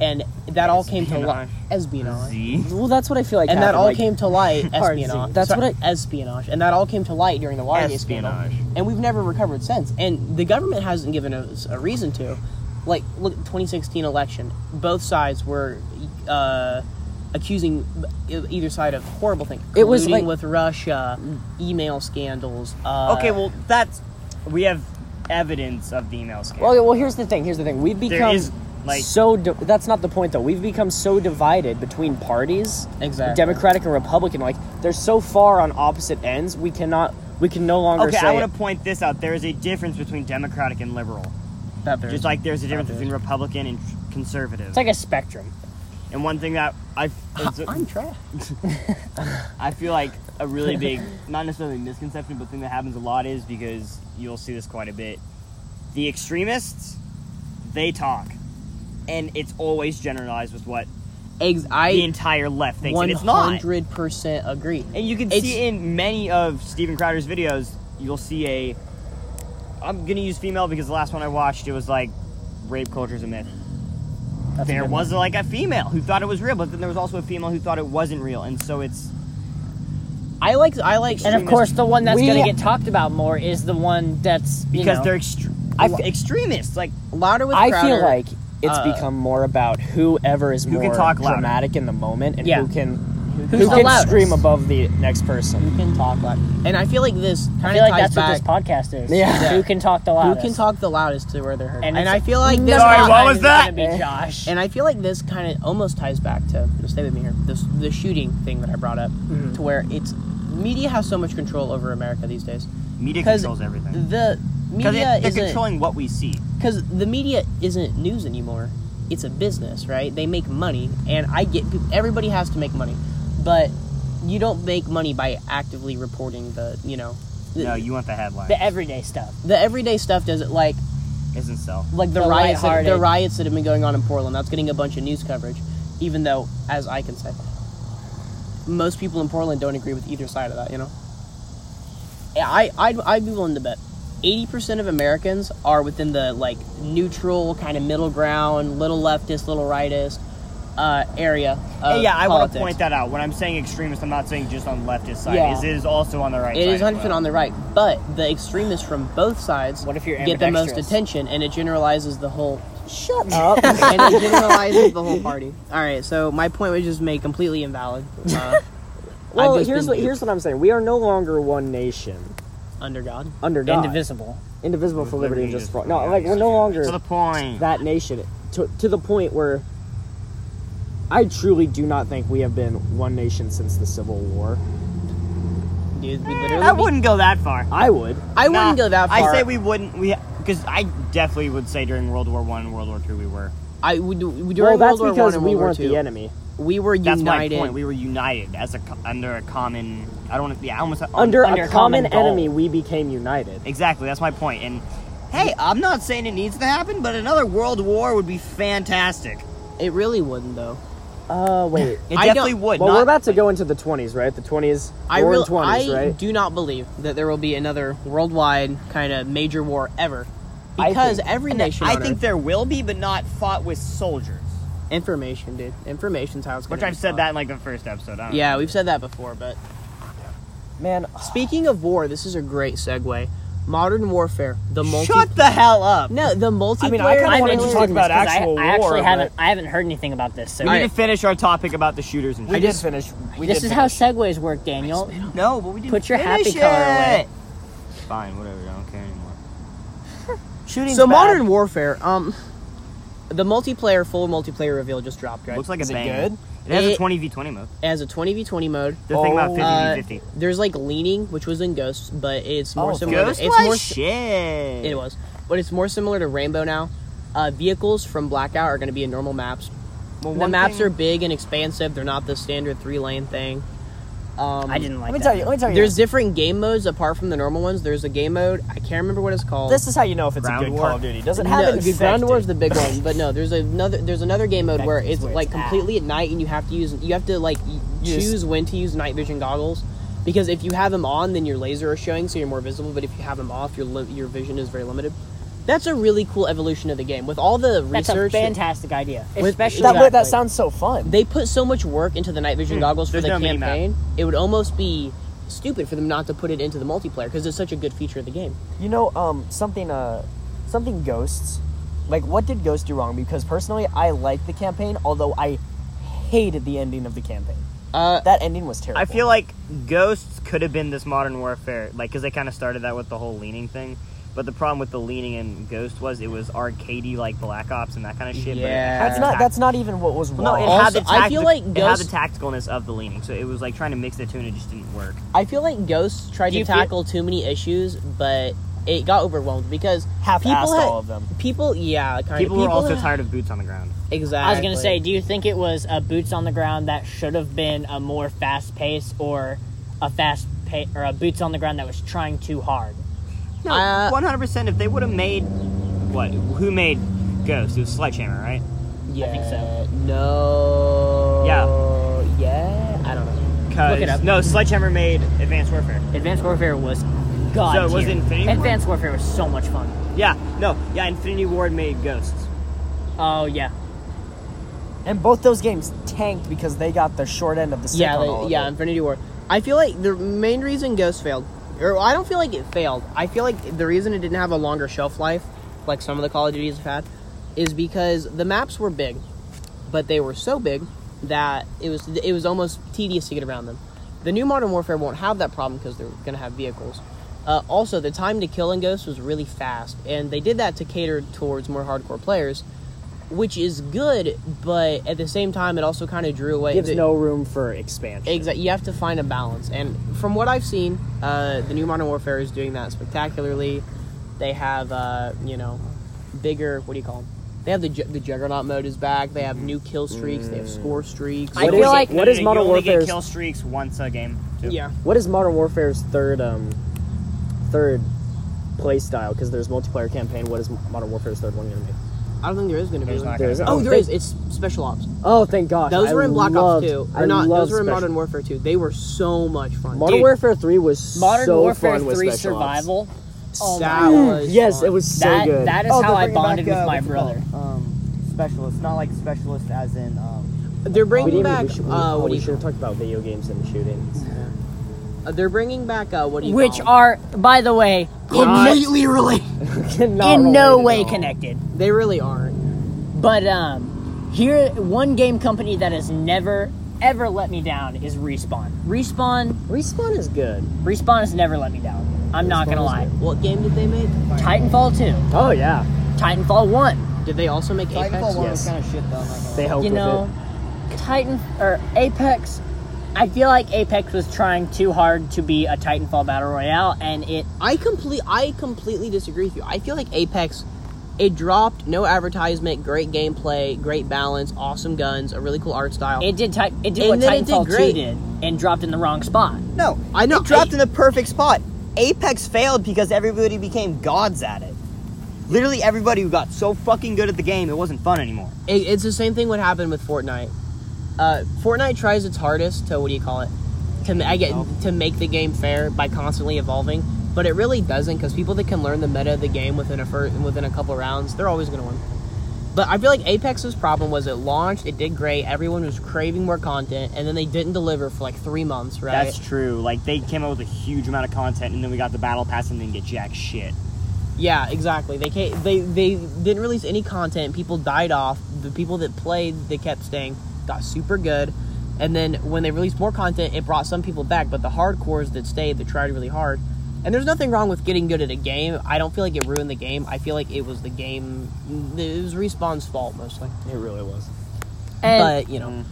and that all came to light. Espionage. Z. Well, that's what I feel like. And that happened, all like- came to light, Hard Z. espionage. That's Sorry, what espionage, and that all came to light during the Watergate scandal Espionage. and we've never recovered since. And the government hasn't given us a reason to. Like, look, 2016 election, both sides were uh, accusing e- either side of horrible things. It was Colluding like- with Russia, email scandals. Uh, Okay, well, that's we have evidence of the email scam. Well, okay, well, here's the thing. Here's the thing. We've There become is, like- so. Di- that's not the point, though. We've become so divided between parties, Exactly. Democratic and Republican. Like they're so far on opposite ends. We cannot. We can no longer okay, say. I want to point this out. There is a difference between Democratic and liberal, that there's- just like there's a difference Not between Republican and conservative. it's like a spectrum. and one thing that I is- I'm trash. I feel like a really big, not necessarily misconception, but thing that happens a lot is because you'll see this quite a bit. The extremists, they talk. and it's always generalized with what Ex- the I entire left thinks. and one it's not. hundred percent agree. And you can It's- see in many of Steven Crowder's videos, you'll see a. I'm gonna use female because the last one I watched, it was like, rape culture's a myth. That's a there good was like a female who thought it was real, but then there was also a female who thought it wasn't real, and so it's I like I like one. And of extremist- course, the one that's We- going to get talked about more is the one that's you because know, they're extre- I f- extremists. Like louder with I Crowder. feel like it's uh, become more about whoever is Who more can talk louder. dramatic in the moment and Yeah. who can Who's who the can loudest? scream above the next person. who can talk loud, and I feel like this I kind feel of like ties that's back. what this podcast is. Yeah. Who can talk the who loudest? can talk the loudest to where they're heard? And, it's Eh. I feel like this. never Sorry, what was always gonna that? Be Josh. And I feel like this kind of almost ties back to just stay with me here. This the shooting thing that I brought up, Mm-hmm. to where it's media has so much control over America these days. media 'Cause controls everything. The Mm. Because media they're isn't controlling what we see. because the media isn't news anymore. It's a business, right? They make money, and I get everybody has to make money, but you don't make money by actively reporting the you know the, No, you want the headline. the everyday stuff. the everyday stuff. Doesn't like Isn't so. like the, The riots that, the lighthearted. riots that have been going on in Portland. That's getting a bunch of news coverage, even though, as I can say, most people in Portland don't agree with either side of that. You know, I I'd, I'd be willing to bet eighty percent of Americans are within the like neutral kind of middle ground, little leftist, little rightist uh, area. Of yeah, I want politics. to point that out. When I'm saying extremist, I'm not saying just on the leftist side. Yeah. It is also on the right It side. is as 100 well. on the right, but the extremists from both sides What if you're get the most ambidextrous? attention, and it generalizes the whole Shut up. and it generalizes the whole party. All right, so my point was just made completely invalid. Uh, well, I've just here's been what here's what I'm saying. We are no longer one nation under God. under God, Indivisible. indivisible With for liberty and liberty justice is- for all. No, like we're no longer To the point. that nation to to the point where I truly do not think we have been one nation since the Civil War. Dude, we Eh, literally. I wouldn't go that far. I would. I wouldn't Nah, go that far. I say we wouldn't. We because I definitely would say during World War One, World War Two, we were. I would. During well, that's World War One because and we World War weren't Two, the enemy. we were That's united. my point. We were united as a co- under a common. I don't. Yeah, I almost oh, Um, Under, Under a a common, common goal. enemy, we became united. Exactly. That's my point. And hey, I'm not saying it needs to happen, but another world war would be fantastic. it really wouldn't though. Uh, wait. It I definitely don't- would. well, not, we're about to go into the 20s, right? The 20s. I Roaring really, 20s, I right? do not believe that there will be another worldwide kind of major war ever, I because think- every nation. I on think Earth- there will be, but not fought with soldiers. information, dude. Information's how it's. Which gonna I've be said fought. that in like the first episode. I don't Yeah, we've said that before, but Man, Speaking of war, this is a great segue. Modern warfare, the Know. multi. Shut the hell up. no, the multiplayer. I mean, I kinda I'm wanted to interested talk in this about 'cause I- actual I, actually war, haven't. I haven't heard anything about this. So We Alright. need to finish our topic about the shooters and we shit. did finish. We this did is how finish. segues work, Daniel. No, but we didn't. Put your happy finish color away. it. Fine, whatever. I don't care anymore. Shooting. so modern warfare. Um, the multiplayer full multiplayer reveal just dropped. Right, looks like Is a it bang. good? It has a It- 20 v 20 mode. it has a twenty v twenty mode. They're thinking Oh. Uh, about 50 v 50. There's like leaning, which was in Ghosts, but it's more Oh, similar. Ghost to, Uh, it's more. was shit. It was, but it's more similar to Rainbow now. Uh, vehicles from Blackout are going to be in normal maps. Well, the one maps thing- are big and expansive. They're not the standard three lane thing. Um, I didn't Let like me that. tell you. Let me tell you. There's different game modes apart from the normal ones. There's a game mode. I can't remember what it's called. this is how you know if it's a Ground good war. Call of Duty. Does it no, have the Ground infected? War is the big one, but no, there's another there's another game mode where Infected it's is where like it's completely at night and you have to use you have to like y- Use- choose when to use night vision goggles because if you have them on then your laser is showing so you're more visible, but if you have them off your li- your vision is very limited. That's a really cool evolution of the game with all the That's research. a fantastic idea. With- Especially That, Exactly. that sounds so fun. they put so much work into the night vision goggles for there's the no minimap. campaign. It would almost be stupid for them not to put it into the multiplayer because it's such a good feature of the game. You know, um, something, uh, something ghosts. Like, what did Ghost do wrong? Because personally, I liked the campaign, although I hated the ending of the campaign. Uh, That ending was terrible. I feel like ghosts could have been this modern warfare, like because they kind of started that with the whole leaning thing. But the problem with the leaning in Ghost was it was arcadey like Black Ops and that kind of shit. Yeah. But it that's not. That's not even what was wrong. Well, no, it Also, had the I feel tactic- like it had the Ghost- tacticalness of the leaning, so it was like trying to mix the two, and it just didn't work. I feel like Ghosts tried Do to you feel- tackle too many issues, but it got overwhelmed because half-assed people had- all of them. people, yeah, kind People, uh, of were also had- tired of boots on the ground. Exactly. I was gonna say, do you think it was a boots on the ground that should have been a more fast pace, or a fast pace, or a boots on the ground that was trying too hard? No, Uh, one hundred percent. If they would have made what? Who made Ghost? It was Sledgehammer, right? Yeah. I think so. No. Yeah. Yeah. I don't know. Cause, Look it up. No, Sledgehammer made Advanced Warfare. Advanced Warfare was god. So it was Infinity Ward? Advanced Warfare was so much fun. Yeah, no, yeah, Infinity Ward made Ghosts. Oh yeah, And both those games tanked because they got the short end of the stick. Yeah. on they- all of yeah. it. Infinity War. I feel like the main reason Ghost failed, or I don't feel like it failed. I feel like the reason it didn't have a longer shelf life, like some of the Call of Duties have had, is because the maps were big, but they were so big that it was it was almost tedious to get around them. The new Modern Warfare won't have that problem because they're going to have vehicles. Uh, also, the time to kill in Ghost was really fast, and they did that to cater towards more hardcore players, which is good. But at the same time, it also kind of drew away. Gives the- no room for expansion. Exactly. You have to find a balance, and from what I've seen, uh, the new Modern Warfare is doing that spectacularly. They have, uh, you know, bigger. What do you call them? They have the ju- the Juggernaut mode is back. They have new kill streaks. They have Mm. score streaks. I What feel is- like- what is No, no, no, Modern you only get Warfare's kill streaks once a game. Too. yeah. what is Modern Warfare's third um third play style? Because there's multiplayer campaign. What is Modern Warfare's third one gonna be? I don't think there is going to be. There's One. not There is- Oh, there thank- is. It's special ops. Oh, thank God. Those I were in Black loved- Ops 2. I Or not, love those were in special- Modern Warfare 2. They were so much fun. Modern Dude. Warfare 3 was Modern so Warfare fun with Three special ops. Mm. Survival. Oh that my God. was Yes, fun. it was so That- good. that is Oh, they're how I bringing back, bonded uh, with my what's it brother. called? Um, specialist, not like specialist as in. Um, They're bringing We didn't- back. we should, we- uh, oh, what do we you? should have talked about video games and shooting. uh, They're bringing back. Uh, what do you? Which call are, by the way, in, related. in no way connected. They really aren't. But um, here, one game company that has never ever let me down is Respawn. Respawn, Respawn is good. Respawn has never let me down. I'm not gonna Respawn is lie. What game did they make? Titanfall two, Oh yeah, Titanfall one. Did they also make Apex? Titanfall 1 was yes. kind of shit though. I'm not gonna they lie. helped you know, Titan or Apex. I feel like Apex was trying too hard to be a Titanfall battle royale, and it I complete. I completely disagree with you. I feel like Apex. It dropped. No advertisement. Great gameplay. Great balance. Awesome guns. A really cool art style. it did type it did And what then it did Titanfall two great. did and dropped in the wrong spot. No, I know, It dropped I- in the perfect spot. Apex failed because everybody became gods at it. Literally everybody who got so fucking good at the game, it wasn't fun anymore. It- it's the same thing what happened with Fortnite. Uh, Fortnite tries its hardest to what do you call it? To ma- I get to make the game fair by constantly evolving, but it really doesn't because people that can learn the meta of the game within a fir- within a couple rounds, they're always going to win. But I feel like Apex's problem was it launched, it did great, everyone was craving more content, and then they didn't deliver for like three months, right? That's true. Like they came out with a huge amount of content, and then we got the battle pass, and didn't get jack shit. Yeah, exactly. They can't, they they didn't release any content. People died off. The people that played, they kept staying, got super good. And then when they released more content, it brought some people back, but the hardcores that stayed, that tried really hard. And there's nothing wrong with getting good at a game. I don't feel like it ruined the game. I feel like it was the game. It was Respawn's fault mostly. it. It really was. And but you know,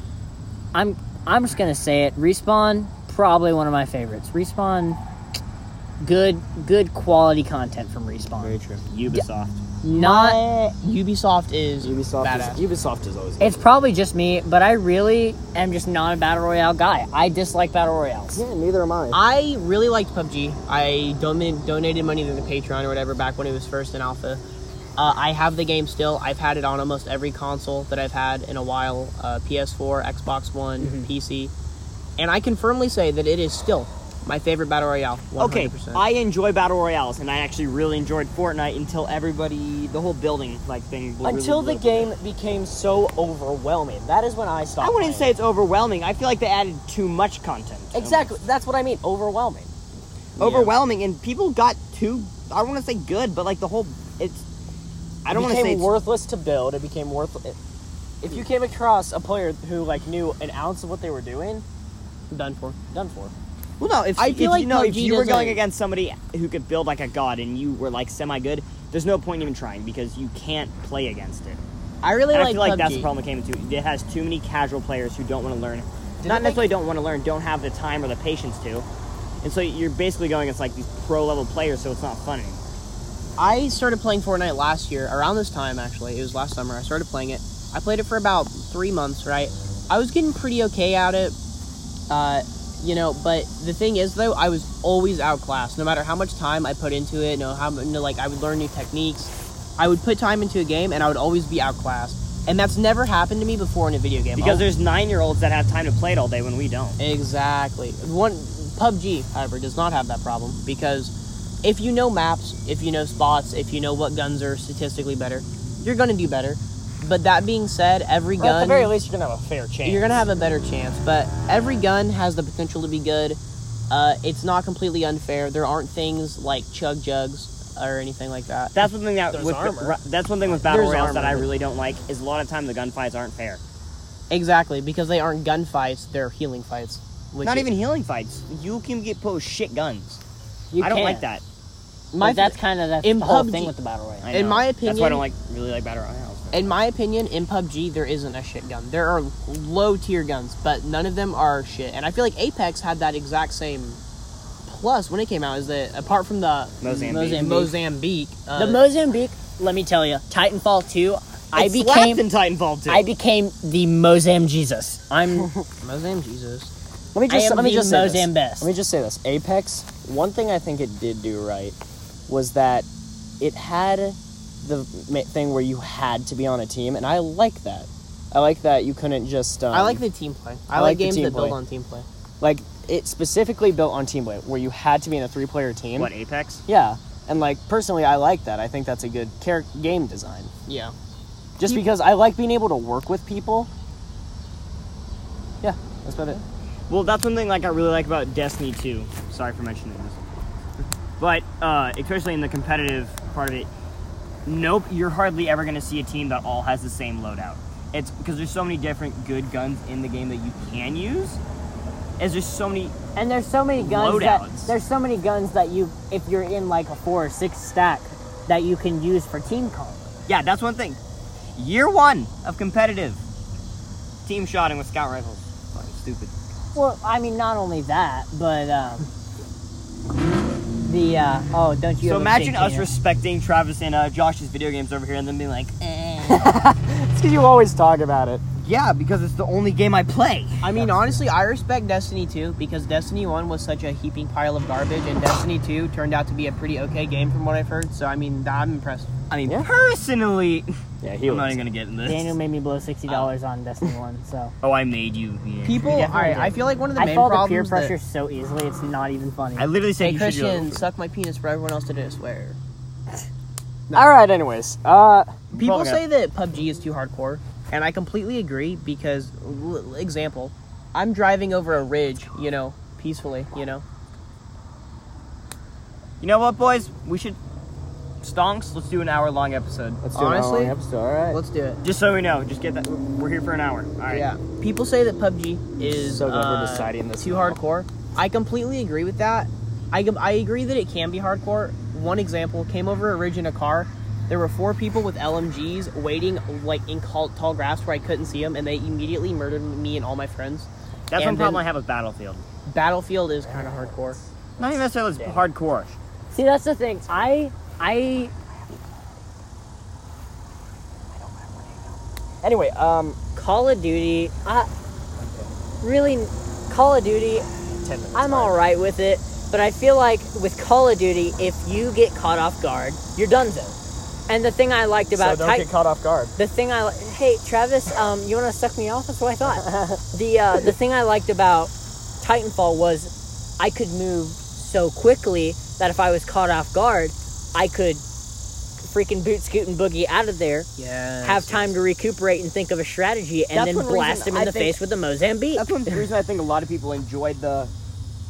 I'm I'm just gonna say it. Respawn probably one of my favorites. Respawn, good good quality content from Respawn. true. Ubisoft. Not Ubisoft is Mm. Ubisoft. badass. Is, Ubisoft is always. it's probably just me, but I really am just not a battle royale guy. I dislike battle royales. yeah, neither am I. I really liked PUBG. I donated, donated money to the Patreon or whatever back when it was first in alpha. Uh, I have the game still. I've had it on almost every console that I've had in a while uh, PS4, Xbox One, Mm-hmm. PC. And I can firmly say that it is still my favorite Battle Royale. 100%. Okay, I enjoy battle royales, and I actually really enjoyed Fortnite until everybody, the whole building like thing. blew- Until really the blew up. game became so overwhelming, that is when I stopped. I wouldn't even say playing. it's overwhelming. I feel like they added too much content. exactly. That's what I mean. Overwhelming. overwhelming and people got too i don't want to say good but like the whole it's i don't it want to became say it's- worthless to build. It became worthless. If you came across a player who like knew an ounce of what they were doing, done for. done for. well no if, I if feel like you know if PUBG you were going doesn't- against somebody who could build like a god and you were like semi good there's no point in even trying because you can't play against it I really And i like feel like that's PUBG. the problem it came into it has too many casual players who don't want to learn Did not it make- necessarily don't want to learn don't have the time or the patience to and so you're basically going against like these pro level players so it's not fun anymore I started playing Fortnite last year, around this time actually. It was last summer. I started playing it. I played it for about three months, right? I was getting pretty okay at it, uh, you know. But the thing is, though, I was always outclassed. No matter how much time I put into it, no how mu- no, like I would learn new techniques. I would put time into a game, and I would always be outclassed. And that's never happened to me before in a video game. Because I'll- there's nine year olds that have time to play it all day when we don't. Exactly. One PUBG, however, does not have that problem because if you know maps, if you know spots, if you know what guns are statistically better, you're gonna do better. But that being said, every Or at the gun very least, you're gonna have a fair chance. you're gonna have a better chance. But every gun has the potential to be good. Uh, it's not completely unfair. There aren't things like chug jugs or anything like that. That's one thing that There's with the- armor. ru- that's one thing with battle There's royals that I armor. really don't like is a lot of time the gunfights aren't fair. Exactly because they aren't gunfights; they're healing fights. Which Not is- even healing fights. You can get put with shit guns. You I don't can. like that. my But that's kind of that's in the whole PUBG thing with the battle royale. I In know. my that's why I opinion- don't like really like battle royals. In my opinion, in PUBG, there isn't a shit gun. There are low tier guns, but none of them are shit. And I feel like Apex had that exact same plus when it came out. Is that apart from the Mozambique. Mozambique, Mozambique, uh, the Mozambique. Let me tell you, Titanfall two. I It slaps became in Titanfall too. I became the Mozam Jesus. I'm Mozambique, Jesus. Let me I just am let me the just say this. Mozam best. Let me just say this. Apex, one thing I think it did do right was that it had the ma- thing where you had to be on a team, and I like that. I like that you couldn't just. Um, I like the team play. I, I like, like the games team that build play. on team play. like it specifically built on team play, where you had to be in a three-player team. what Apex? Yeah, and like personally, I like that. I think that's a good char- game design. Yeah, Just because I like being able to work with people. Yeah, that's about it. Well, that's one thing like I really like about Destiny 2. Sorry for mentioning this, but uh, especially in the competitive part of it, nope, you're hardly ever going to see a team that all has the same loadout. It's because there's so many different good guns in the game that you can use. As there's so many, And there's so many guns Loadouts. that there's so many guns that you if you're in like a four or six stack that you can use for team call. yeah, that's one thing. Year one of competitive team shotting with scout rifles. Fucking stupid. Well, I mean not only that, but um the uh oh don't you so have a imagine big us penis. respecting Travis and uh, Josh's video games over here, and then being like, "Eh." It's because you always talk about it. yeah, because it's the only game I play. I mean, honestly, I respect Destiny 2 because Destiny 1 was such a heaping pile of garbage, and Destiny 2 turned out to be a pretty okay game from what I've heard. So, I mean, I'm impressed. I mean, Yeah. personally, Yeah, he I'm not was. even gonna get in this. Daniel made me blow sixty dollars on Destiny One, so oh, I made you. yeah. People, all definitely right, did. I feel like one of the I main fall to problems peer that- pressure so easily it's not even funny. I literally said Hey you Christian, should do it. suck my penis for everyone else to do. Swear. All right. Anyways, uh, People Probably say that PUBG is too hardcore, and I completely agree because, l- example, I'm driving over a ridge, you know, peacefully, you know. You know what, boys? We should stonks. Let's do an hour long episode. let's do an Honestly, hour-long episode. All right. Let's do it. Just so we know, just get that. We're here for an hour. All right. Yeah. People say that PUBG is So glad we're uh, deciding this too now. hardcore. I completely agree with that. I, com- I agree that it can be hardcore. One example came over a ridge in a car. There were four people with LMGs waiting like in tall, tall grass where I couldn't see them, and they immediately murdered me and all my friends. That's one And problem then- I have with Battlefield. Battlefield is kind of hardcore. Not even necessarily it's hardcore. See, that's the thing. I I Anyway, um, Call of Duty. I really Call of Duty. ten minutes. I'm all right with it, but I feel like with Call of Duty, if you get caught off guard, you're done though. And the thing I liked about so don't Ti- get caught off guard. the thing I li- hey Travis, um, you want to suck me off? That's what I thought. the uh, the thing I liked about Titanfall was I could move so quickly that if I was caught off guard, I could freaking boot scoot and boogie out of there Yeah. have time to recuperate and think of a strategy and That's then one blast reason him in I the think- face with a Mozambique. That's one reason I think a lot of people enjoyed the,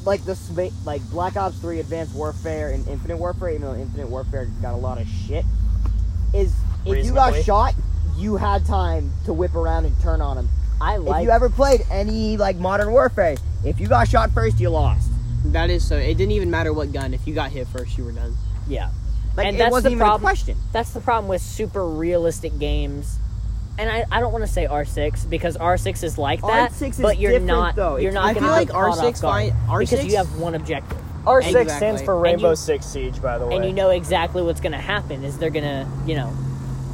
like the sma- like Black Ops Three, Advanced Warfare, and Infinite Warfare. Even though Infinite Warfare got a lot of shit, is if you got Reasonably. shot, you had time to whip around and turn on them. I like if you ever played any like Modern Warfare, if you got shot first, you lost. That is so. It didn't even matter what gun. If you got hit first, you were done. yeah. Like And it that's wasn't the even problem. a question. That's the problem with super realistic games. And I, I don't want to say R6 because R6 is like that, R6 is but you're different, not though. you're It's- not I going to feel like get caught R6 off guard fine- because R6 you have one objective R six Exactly. stands for And Rainbow you- Six Siege, by the way. and you know exactly what's going to happen is they're going to, you know,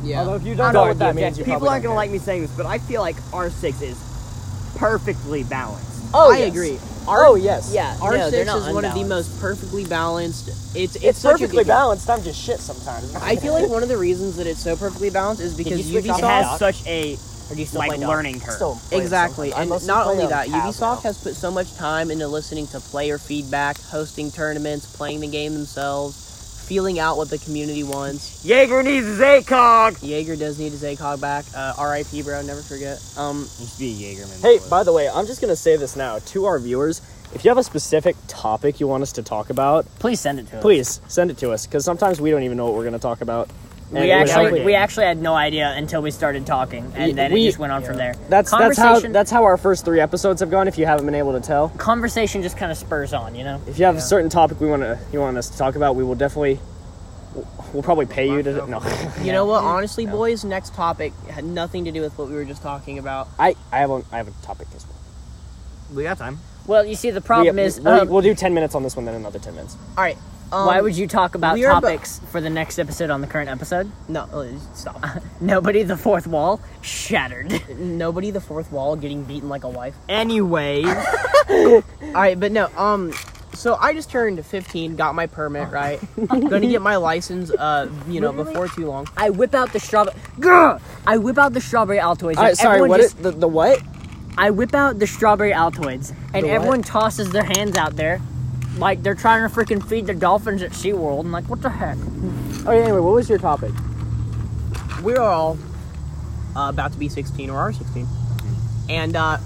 Yeah. Although if you I don't know know what what that the means, you People probably aren't don't gonna like me saying this, but I feel like R6 is perfectly balanced. care. Oh, I yes. agree. Our, Oh, yes. Yeah, R6 no, they're not is one of the unbalanced. most perfectly balanced. It's it's, It's, such a perfectly good game. balanced. I'm just shit sometimes. I feel like one of the reasons that it's so perfectly balanced is because switch off It Soft. has Ubisoft such a Or do you still like play Dota? learning curve. Still play it exactly, and sometimes. I mostly not play only on that, tabs Ubisoft now. has put so much time into listening to player feedback, hosting tournaments, playing the game themselves, feeling out what the community wants. Jaeger needs Zaycog. Jaeger does need his ACOG back. Uh, R.I.P. Bro, never forget. Um, Used to be Jaegerman. Hey, by the way, I'm just gonna say this now to our viewers. If you have a specific topic you want us to talk about, Please send it to us. please send it to us because sometimes we don't even know what we're gonna talk about. And We we're actually probably- we actually had no idea until we started talking, and Y- then we- it just went on from there. that's that's how Conversation- that's how our first three episodes have gone. If you haven't been able to tell, conversation just kind of spurs on, you know. if you have a certain topic we want to you want us to talk about, we will definitely we'll- we'll probably pay you to no. You know what? Honestly, boys, next topic had nothing to do with what we were just talking about. I I have a, I have a topic as well. we got time. Well, you see, the problem we, is, we'll, um, we'll do ten minutes on this one, then another ten minutes. All right. Um, why would you talk about we are abo- topics for the next episode on the current episode? No, uh, stop. Nobody, the fourth wall shattered. Nobody, the fourth wall, getting beaten like a wife. Anyway, All right, but no. Um, so I just turned 15, got my permit, right? Gonna get my license. Uh, you know, before too long. I whip out the strawberry. Grr! I whip out the strawberry Altoids. All and right, sorry. everyone What just- is the the what? I whip out the strawberry Altoids, and what? everyone tosses their hands out there, like they're trying to freaking feed the dolphins at SeaWorld. I'm like, what the heck? Oh yeah. Anyway, what was your topic? We're all uh, about to be 16 or are 16, and uh,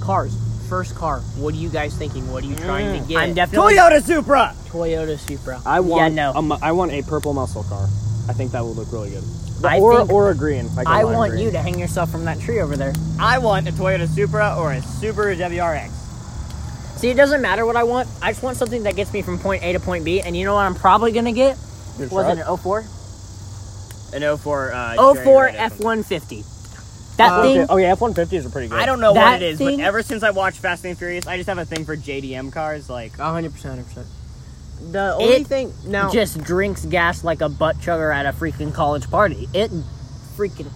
cars. First car. What are you guys thinking? What are you trying to get? Mm, I'm definitely Toyota Supra. Toyota Supra. I want no. a mu- I want a purple muscle car. I think that will look really good. I or think- or a green. Like a I lime want green. you to hang yourself from that tree over there. I want a Toyota Supra or a Subaru WRX. See, it doesn't matter what I want. I just want something that gets me from point A to point B. And you know what I'm probably gonna get? Your Wasn't truck? it 04? An 04. 04 Uh, Jerry Red or something. F150. That Uh, Oh, thing. okay. Oh yeah, F one fifties are pretty good. I don't know That what it is, thing- but ever since I watched Fast and Furious, I just have a thing for JDM cars. Like, 100%, 100%. The only It thing uh, now just drinks gas like a butt chugger at a freaking college party. It freaking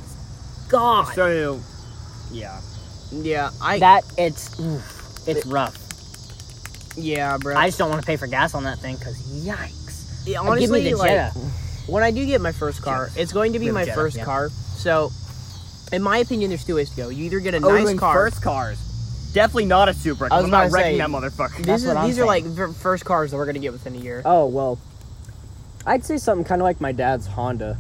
god. so yeah. Yeah, I that it's oof, it's rough. yeah, bro. I just don't want to pay for gas on that thing because yikes. Yeah, Uh, give me honestly, the like Jetta. when I do get my first car, it's going to be Give me my the Jetta, first yeah. car. So, in my opinion, there's two ways to go. You either get a Oh, we're nice doing car. First cars. Definitely not a Supra. 'cause I was I'm about not to wrecking say- that motherfucker. This is, what I'm these are like v- first cars that we're gonna get within a year. Oh well, I'd say something kind of like my dad's Honda,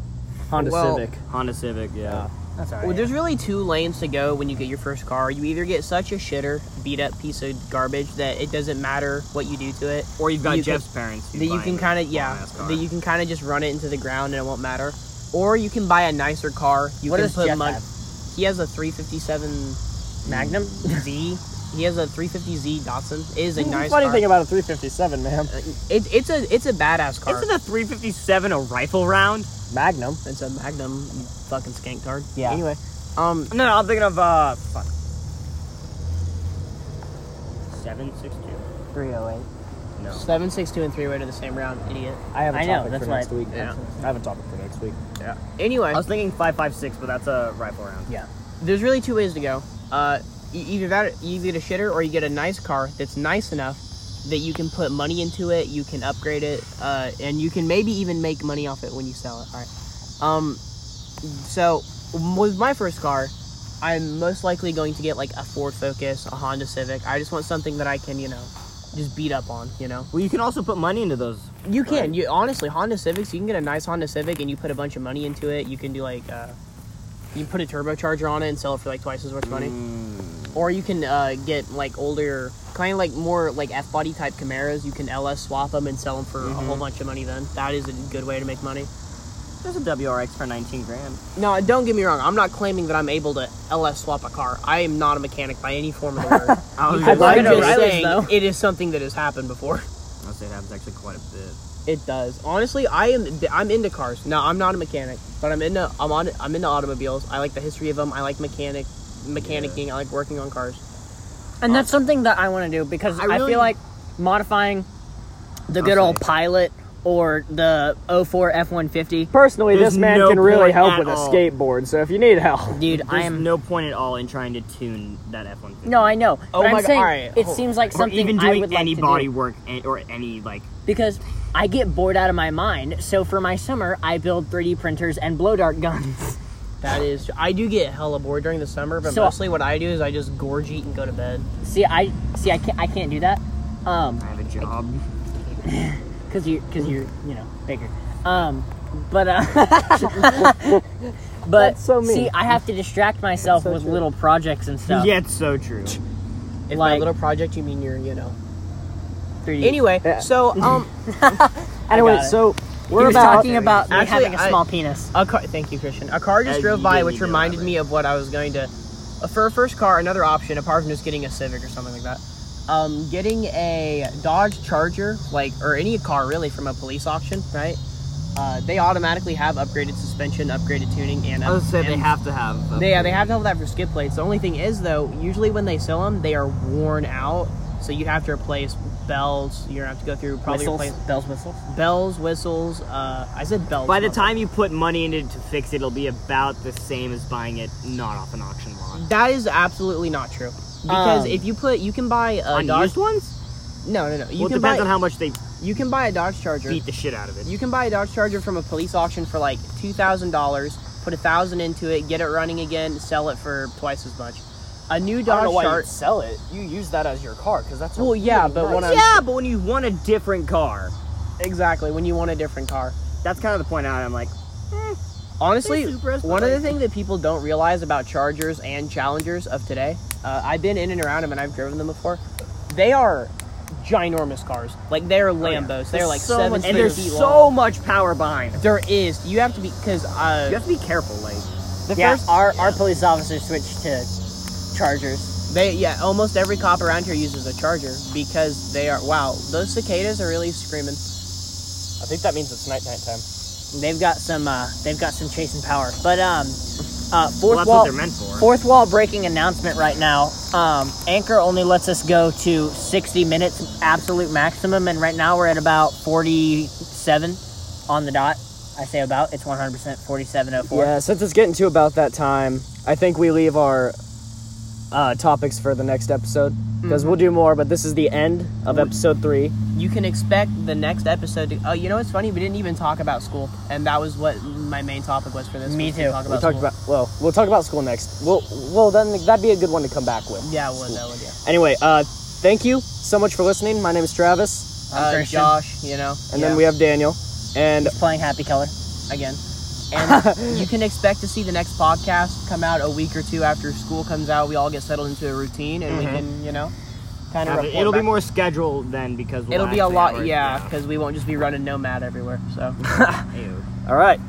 Honda Well- Civic. Honda Civic, yeah. That's all Well, right. there's really two lanes to go when you get your first car. You either get such a shitter, beat up piece of garbage that it doesn't matter what you do to it, Or you've got You Jeff's parents. who that you buy can the kind of yeah, bomb-ass car. that you can kind of just run it into the ground and it won't matter. Or you can buy a nicer car. You What can does put Jeff mon- have? He has a 357 Magnum Z. He has a 350Z Datsun. It is Hmm, a nice Funny car. thing about a three fifty seven, Uh, man, It, it's a it's a badass car. Isn't a 357 a rifle round? Magnum. It's a Magnum, you fucking skanktard. Yeah. Anyway, um, No, no, I'm thinking of uh, fuck. Seven six two. 308. No. seven six two and three way to the same round, idiot. I have a I know, topic that's for why- next week. yeah. I have a topic for next week. Anyway, I was thinking five five six, but that's a rifle round. Yeah. there's really two ways to go. Uh, e- either that, you get a shitter, or you get a nice car that's nice enough that you can put money into it, you can upgrade it, uh, and you can maybe even make money off it when you sell it. All right. Um, so with my first car, I'm most likely going to get like a Ford Focus, a Honda Civic. I just want something that I can, you know, just beat up on, you know. Well, you can also put money into those. You can. You honestly Honda Civics. You can get a nice Honda Civic, and you put a bunch of money into it. You can do like, uh, you put a turbocharger on it and sell it for like twice as much money. Mm. Or you can uh, get like older, kind of like more like F body type Camaras. You can LS swap them and sell them for a whole Mm-hmm. bunch of money. Then that is a good way to make money. There's a WRX for 19 grand. No, don't get me wrong. I'm not claiming that I'm able to LS swap a car. I am not a mechanic by any form of the word. I was I'd like I'm to just O'Reilly's, saying though. it is something that has happened before. I'll say that was actually quite a bit. It does. Honestly, I am I'm into cars. Now, I'm not a mechanic, but I'm into I'm on I'm into automobiles. I like the history of them. I like mechanic mechanicking. I like working on cars. Uh, And that's something that I want to do because I, I really- feel like modifying the good I'll old say. pilot or the 04 F-150. Personally, There's this man no can really point help at with a all. skateboard. So if you need help, Dude, I There's am no point at all in trying to tune that F one fifty. No, I know. Oh but I'm my God, saying alright, it hold seems like Or something even I doing would any like to body do work and, or any like because I get bored out of my mind. So for my summer, I build 3D printers and blow dart guns. That is, I do get hella bored during the summer, but So- mostly what I do is I just gorge eat and go to bed. see, I see, I can't, I can't do that. Um, I have a job. cause you, cause you're, you know, bigger. Um, but uh, but That's so mean. see, I have to distract myself so with true. little projects and stuff. Yeah, it's so true. If my Like- little project, you mean your, you know. 3D. Anyway, Yeah. so um, anyway, got it. so he we're was about talking about me Actually, having a I- small penis. a car. Thank you, Christian. A car just Uh, drove you by, didn't which know reminded that, me of what I was going to. Uh, for a first car, another option apart from just getting a Civic or something like that. Um, getting a Dodge Charger, like or any car really, from a police auction, right? Uh, they automatically have upgraded suspension, upgraded tuning, and I would say they and- have to have. a- They, yeah, they have to have that for skid plates. The only thing is, though, usually when they sell them, they are worn out. So you'd have to replace bells. You're gonna have to go through probably Whistles, replace bells, whistles. bells, whistles. Uh, I said bells. By the not time you put money into it to fix it, it'll be about the same as buying it not off an auction lot. bells. that is absolutely not true. Because Um, if you put, you can buy a Dodge. Unused ones? No, no, no. You well, it can depends buy. on how much they you can buy a Dodge Charger. beat the shit out of it. You can buy a Dodge Charger from a police auction for like two thousand dollars. Put a thousand into it, get it running again, sell it for twice as much. A new I don't know Dodge why Charger. you'd sell it. You use that as your car because that's. a Well, yeah, really but nice- what I'm yeah, but when you want a different car, exactly when you want a different car. that's kind of the point out. I'm like, "Hmm." Honestly, Hey, Supras, one of the like- things that people don't realize about Chargers and Challengers of today, uh, I've been in and around them and I've driven them before. They are ginormous cars. Like Oh, they're Lambos. They're like so seven much- feet and there's long. so much power behind. it. There is. You have to be because You uh, have to be careful, like. the yeah, first our our police officers switched to chargers. they yeah almost every cop around here uses a Charger because they are wow those cicadas are really screaming. I think that means it's night night time. They've got some uh, they've got some chasing power. But um, uh, fourth Well, that's wall. what they're meant for. Fourth wall breaking announcement right now. Um, Anchor only lets us go to 60 minutes absolute maximum, and right now we're at about 47 on the dot. I say about, it's 100% 4704. yeah. Since it's getting to about that time, I think we leave our uh, topics for the next episode because we'll do more. But this is the end of episode three. You can expect the next episode to. Oh, you know what's funny? We didn't even talk about school, and that was what my main topic was for this. Me was to too. Talk We about talked school. about well, we'll talk about school next. Well, well, then that'd be a good one to come back with. Yeah, well, that would yeah. Anyway, uh, thank you so much for listening. My name is Travis, I'm uh, Christian. Josh, you know. and then we have Daniel, and He's playing Happy Color. again. And you can expect to see the next podcast come out a week or two after school comes out. We all get settled into a routine, and we Mm-hmm. can, you know, kind of. Have it- report It'll be back. more scheduled then because we'll It'll be a actually lot, have our- yeah, because we won't just be running nomad everywhere. So Ew. all right,